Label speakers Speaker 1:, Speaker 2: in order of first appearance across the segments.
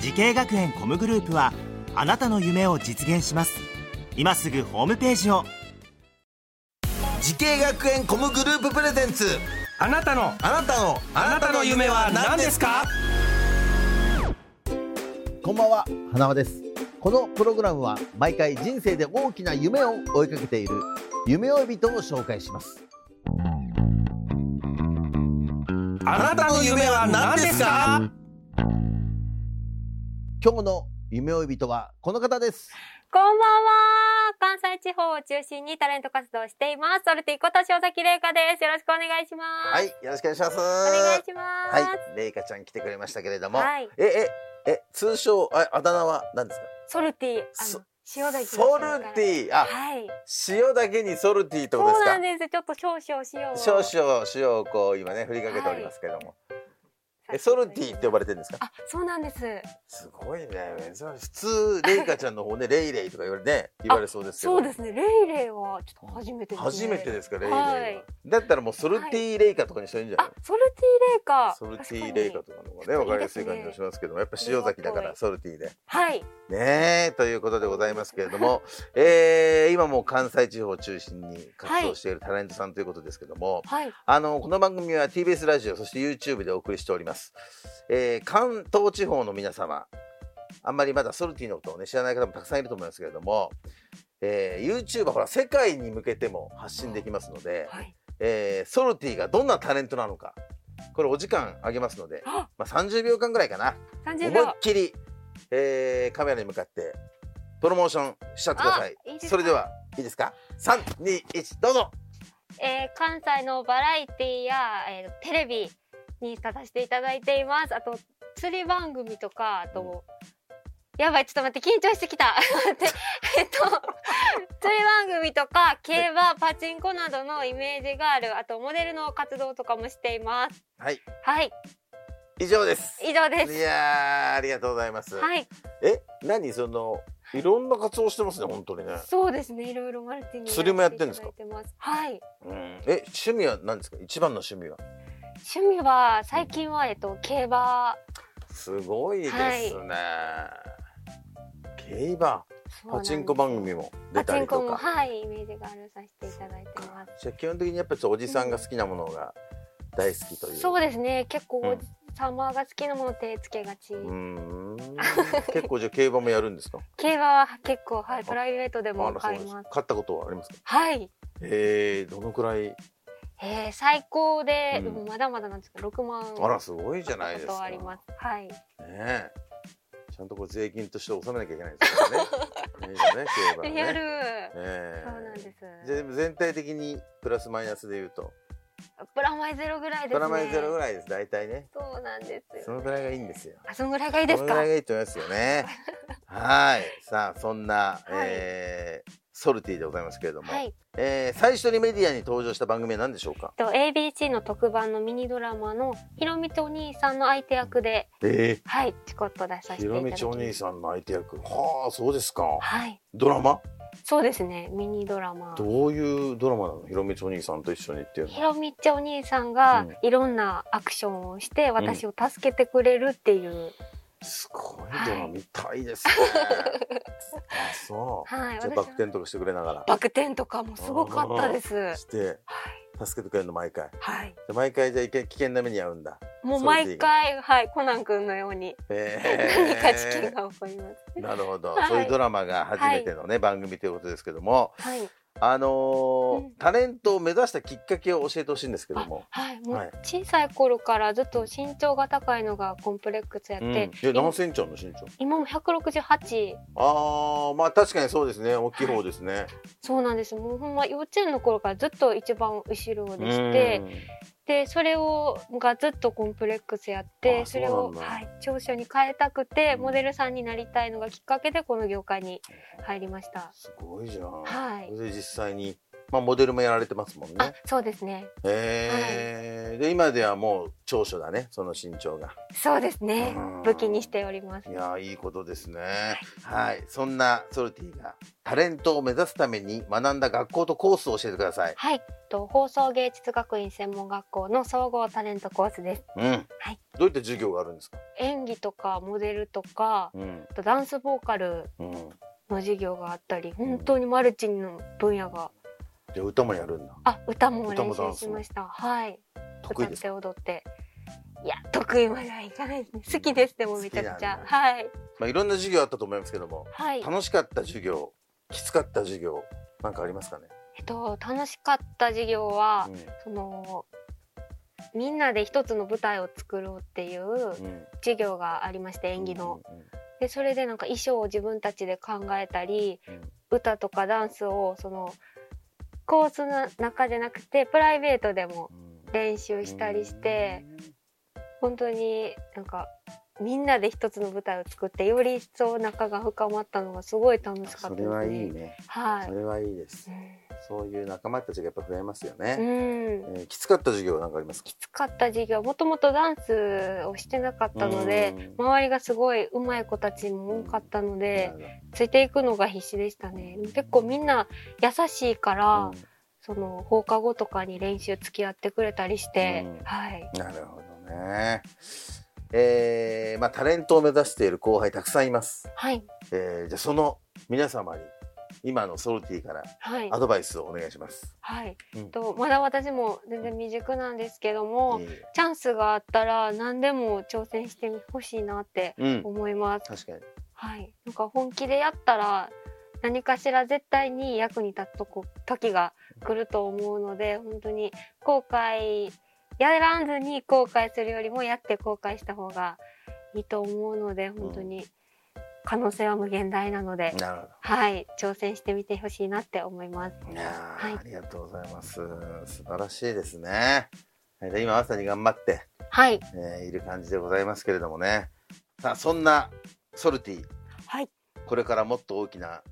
Speaker 1: 時系学園コムグループはあなたの夢を実現します今すぐホームページを
Speaker 2: 時系学園コムグループプレゼンツ
Speaker 3: あなたの
Speaker 2: あなたの
Speaker 3: あなたの夢は何ですか
Speaker 4: こんばんは、花輪です。このプログラムは毎回人生で大きな夢を追いかけている夢追い人を紹介します。
Speaker 3: あなたの夢は何ですか
Speaker 4: 今日の夢追い人はこの方です。
Speaker 5: こんばんは関西地方を中心にタレント活動をしています。ソルティこと塩崎玲香です。よろしくお願いします。
Speaker 4: はい、よろしくお願いします。
Speaker 5: お願いします。
Speaker 4: はい、レイカちゃん来てくれましたけれども、
Speaker 5: はい
Speaker 4: え、え、え、通称、あ、あだ名は何ですか
Speaker 5: ソルティ、あ
Speaker 4: そ
Speaker 5: の、塩崎です
Speaker 4: ソルティあ
Speaker 5: はい。
Speaker 4: 塩だけにソルティってことで
Speaker 5: そう
Speaker 4: すか
Speaker 5: なんです。ちょっと少々塩を。
Speaker 4: 少々塩をこう今ね、振りかけておりますけれども、え、ソルティって呼ばれてるんですか
Speaker 5: あ、そうなんです。
Speaker 4: すごいね、珍しい普通、レイカちゃんの方ね、レイレイとか言われね、言われそうですけど。
Speaker 5: そうですね。レイレイはちょっと初めてです、ね。
Speaker 4: 初めてですかレイレイは、
Speaker 5: はい
Speaker 4: だったらもうソルティレイカとかにしたらいいんじゃない
Speaker 5: あ、ソルティレイカ。
Speaker 4: ソルティレイカとかの方がねわかりやすい感じがしますけどもやっぱ塩崎だからソルティで
Speaker 5: はい。
Speaker 4: ねえということでございますけれども、えー今もう関西地方を中心に活動しているタレントさんということですけども、
Speaker 5: はい。
Speaker 4: あのこの番組は TBS ラジオそして YouTube でお送りしております、えー関東地方の皆様あんまりまだソルティのことをね知らない方もたくさんいると思いますけれども、えー、YouTube はほら世界に向けても発信できますので、
Speaker 5: はい。
Speaker 4: えーソルティがどんなタレントなのかこれお時間あげますので、
Speaker 5: あ
Speaker 4: まあ、30秒間ぐらいかな思い
Speaker 5: 30
Speaker 4: っ
Speaker 5: 秒。
Speaker 4: きり、えーカメラに向かってプロモーションしちゃってください
Speaker 5: あいいですか
Speaker 4: それではいいですか321どうぞ
Speaker 5: えー関西のバラエティや、えーテレビに立たせていただいていますあと釣り番組とかあと、やばいちょっと待って緊張してきた 待ってえっと釣り番組とか競馬パチンコなどのイメージがあるあとモデルの活動とかもしています
Speaker 4: はい
Speaker 5: はい
Speaker 4: 以上です
Speaker 5: 以上です
Speaker 4: いやーありがとうございます、
Speaker 5: はい
Speaker 4: え何そのいろんな活動してますね本当にね
Speaker 5: そうですねいろいろマルティに
Speaker 4: 釣りもやってんですか
Speaker 5: やていただいてますはい
Speaker 4: うんえ趣味は何ですか一番の趣味は
Speaker 5: 趣味は最近はえっと競馬
Speaker 4: すごいですね、競馬
Speaker 5: そうな
Speaker 4: パ
Speaker 5: んです
Speaker 4: チンコ番組も出
Speaker 5: パ
Speaker 4: た
Speaker 5: チ
Speaker 4: り
Speaker 5: ン
Speaker 4: と
Speaker 5: コも
Speaker 4: か
Speaker 5: はいイメージがあるさせていただいてます
Speaker 4: じゃあ基本的にやっぱりちょっとおじさんが好きなものが大好きという
Speaker 5: そうですね結構、
Speaker 4: うん
Speaker 5: サマーが好きなもの手つけがち、
Speaker 4: うーん結構じゃあ競馬もやるんですか
Speaker 5: 競馬は結構はいプライベートで
Speaker 4: あ
Speaker 5: も
Speaker 4: らそう
Speaker 5: 買
Speaker 4: ないんです
Speaker 5: ます
Speaker 4: 勝ったことはありますか
Speaker 5: はい、
Speaker 4: えー、どのくらい
Speaker 5: えー、最高で、
Speaker 4: うん
Speaker 5: でもまだまだなんですけど6万
Speaker 4: あらすごいじゃないです
Speaker 5: 買っ
Speaker 4: か
Speaker 5: たことありますはい
Speaker 4: ねえちゃんとこれ税金として納めなきゃいけないです からね。いいよね、競馬はね。
Speaker 5: やる、
Speaker 4: ええ
Speaker 5: そうなんです
Speaker 4: じゃあでも全体的にプラスマイナスで言うと、
Speaker 5: プラマイゼロぐらいですね
Speaker 4: プラマイゼロぐらいです。大体ね。
Speaker 5: そうなんです
Speaker 4: その
Speaker 5: よ
Speaker 4: ぐらいがいいんですよ。
Speaker 5: あそのぐらいがいいです
Speaker 4: そのぐ
Speaker 5: から
Speaker 4: いがいいと思いますよ ね。はい。さあそんな、えーソルティでございますけれども、
Speaker 5: はい
Speaker 4: えー最初にメディアに登場した番組は何でしょうか。
Speaker 5: と ABC の特番のミニドラマのひろみとお兄さんの相手役で
Speaker 4: え
Speaker 5: はいチコッと出させていただきます
Speaker 4: さんの相手役。はあ、そうですか。
Speaker 5: はい
Speaker 4: ドラマ？
Speaker 5: そうですねミニドラマ
Speaker 4: どういうドラマなの？ひろみちお兄さんと一緒にっていうのは
Speaker 5: ひろみっちお兄さんが
Speaker 4: うん
Speaker 5: いろんなアクションをして私を助けてくれるっていう、
Speaker 4: すごい
Speaker 5: はい
Speaker 4: ドラマ見たいですね。あ、そう。
Speaker 5: はい
Speaker 4: じゃあ
Speaker 5: 私
Speaker 4: バク転とかしてくれなが
Speaker 5: バク転とかもすごかったです
Speaker 4: らして助けてくれるの毎回。
Speaker 5: はい
Speaker 4: で毎回じゃあいけ危険な目に遭うんだ。
Speaker 5: もう毎回はいコナン君のように何 か事件
Speaker 4: え
Speaker 5: が起こります、
Speaker 4: ー、なるほど、
Speaker 5: はい
Speaker 4: そういうドラマが初めてのね、番組ということですけども、
Speaker 5: はい
Speaker 4: あのー
Speaker 5: うん
Speaker 4: タレントを目指したきっかけを教えてほしいんですけども。
Speaker 5: はいも
Speaker 4: はいう
Speaker 5: 小さい頃からずっと身長が高いのがコンプレックスやっ
Speaker 4: うん、
Speaker 5: て、
Speaker 4: え何センチあるの身長
Speaker 5: 今も168
Speaker 4: ああまあ確かにそうですね大きい方ですね、
Speaker 5: そうなんですもうほんま幼稚園の頃からずっと一番後ろでして、でそれをがずっとコンプレックスやっ
Speaker 3: あ
Speaker 5: てそ
Speaker 3: そう
Speaker 5: れ
Speaker 3: な
Speaker 5: を
Speaker 3: んだ
Speaker 5: はい長所に変えたくてモデルさんになりたいのがきっかけでこの業界に入りました。
Speaker 4: すごいじゃん。
Speaker 5: はい
Speaker 4: それで実際に、まあ、モデルもやられてますもん
Speaker 5: あ
Speaker 4: ね。
Speaker 5: そうですね
Speaker 4: えーで今ではもう長所だねその身長が。
Speaker 5: そうですね
Speaker 4: うん
Speaker 5: 武器にしております
Speaker 4: い。やーいいことですね。はいそんなソルティがタレントを目指すために学んだ学校とコースを教えてください。
Speaker 5: はい、と放送芸術学院専門学校の総合タレントコースです。
Speaker 4: うん。
Speaker 5: はい
Speaker 4: どういった授業があるんですか。
Speaker 5: 演技とかモデルとか、
Speaker 4: うん
Speaker 5: あとダンスボーカル
Speaker 4: うん。
Speaker 5: の授業があったり、本当にマルチの分野が、
Speaker 4: で歌もやるんだ。
Speaker 5: あ、歌も
Speaker 4: 歌
Speaker 5: 練
Speaker 4: もダン
Speaker 5: 習
Speaker 4: ス
Speaker 5: し
Speaker 4: も
Speaker 5: ました。はい、
Speaker 4: 得意ですか。
Speaker 5: 歌って踊って。いや、得意まではいかないですね。好きですでもめちゃくちゃ。
Speaker 4: 好き
Speaker 5: はい、
Speaker 4: まあいろんな授業あったと思いますけども、
Speaker 5: はい。
Speaker 4: 楽しかった授業、きつかった授業なんかありますかね。
Speaker 5: えっと楽しかった授業は、そのみんなで一つの舞台を作ろうっていう
Speaker 4: うんうん
Speaker 5: 授業がありまして演技の。
Speaker 4: うんうん
Speaker 5: でそれでなんか衣装を自分たちで考えたり、歌とかダンスをそのコースの中じゃなくてプライベートでも練習したりして、本当になんかみんなで一つの舞台を作ってより一層仲が深まったのがすごい楽しかった
Speaker 4: そ
Speaker 5: ですね。
Speaker 4: れはいいね。
Speaker 5: はい
Speaker 4: それはいいです。そういう仲間たちがやっぱ増えますよね。
Speaker 5: うん、うん、
Speaker 4: えーきつかった授業なんかありますか。
Speaker 5: 使った授業もともとダンスをしてなかったので周りがすごい上手い子たちも多かったの
Speaker 4: うん、
Speaker 5: で
Speaker 4: な、る
Speaker 5: ついていくのが必死でしたねでも結構みんな優しいから、
Speaker 4: ほど
Speaker 5: その放課後とかに練習付き合ってくれたりして、
Speaker 4: うん
Speaker 5: はい
Speaker 4: うんなるほどね。えー、まあタレントを目指している後輩たくさんいます。
Speaker 5: はい
Speaker 4: えー、じゃあその皆様に今のソルティから
Speaker 5: はい
Speaker 4: アドバイスをお願いします。
Speaker 5: はい、
Speaker 4: うん
Speaker 5: とまだ私も全然未熟なんですけども、
Speaker 4: いい
Speaker 5: チャンスがあったら何でも挑戦してほしいなって
Speaker 4: うん、
Speaker 5: 思います、
Speaker 4: 確かに。
Speaker 5: はいなんか本気でやったら何かしら絶対に役に立つとこ時が来ると思うので本当に後悔やらずに後悔するよりもやって後悔した方がいいと思うので本当に可能性は無限大なので、
Speaker 4: なるほど。
Speaker 5: はい挑戦してみてほしいなって思います
Speaker 4: いやー
Speaker 5: はい
Speaker 4: ありがとうございます。素晴らしいですね。はいで今まさに頑張って
Speaker 5: はい
Speaker 4: えーいる感じでございますけれどもねさあそんなソルティ
Speaker 5: はい
Speaker 4: これからもっと大きな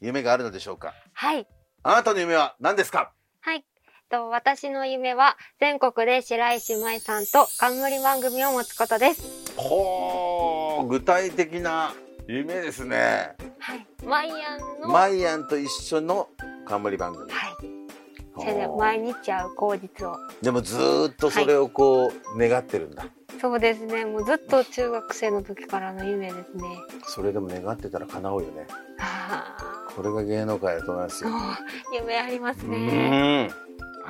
Speaker 4: 夢があるのでしょうか
Speaker 5: はい
Speaker 4: あなたの夢は何ですか
Speaker 5: はいと私の夢は全国で白石麻衣さんと冠番組を持つことです
Speaker 4: ほー具体的な夢ですね
Speaker 5: はいマイアンの
Speaker 4: マイアンと一緒の冠番組
Speaker 5: はい
Speaker 4: ほ
Speaker 5: それで
Speaker 4: ー
Speaker 5: 毎日会う口実を
Speaker 4: でもずーっとそれをこう願ってるんだ、
Speaker 5: そうですねもうずっと中学生の時からの夢ですね
Speaker 4: それでも願ってたら叶うよね
Speaker 5: あ
Speaker 4: これが芸能界だと思います
Speaker 5: ー
Speaker 4: よ
Speaker 5: もう夢あります
Speaker 4: う
Speaker 5: ね
Speaker 4: ーん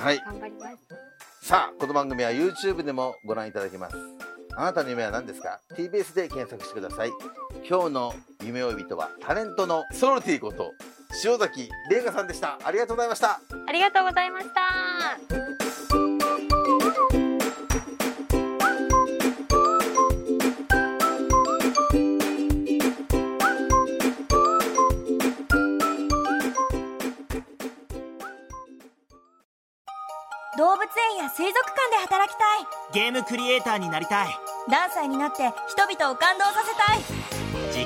Speaker 4: はい
Speaker 5: 頑張ります
Speaker 4: さあこの番組は YouTube でもご覧いただけますあなたの夢は何ですか TBS で検索してください今日の夢追い人はタレントのソロティこと塩崎玲香さんでしたありがとうございました
Speaker 5: ありがとうございました
Speaker 6: 動物園や水族館で働きたい
Speaker 1: ゲームクリエイターになりたい
Speaker 6: 何歳になって人々を感動させたい
Speaker 1: 時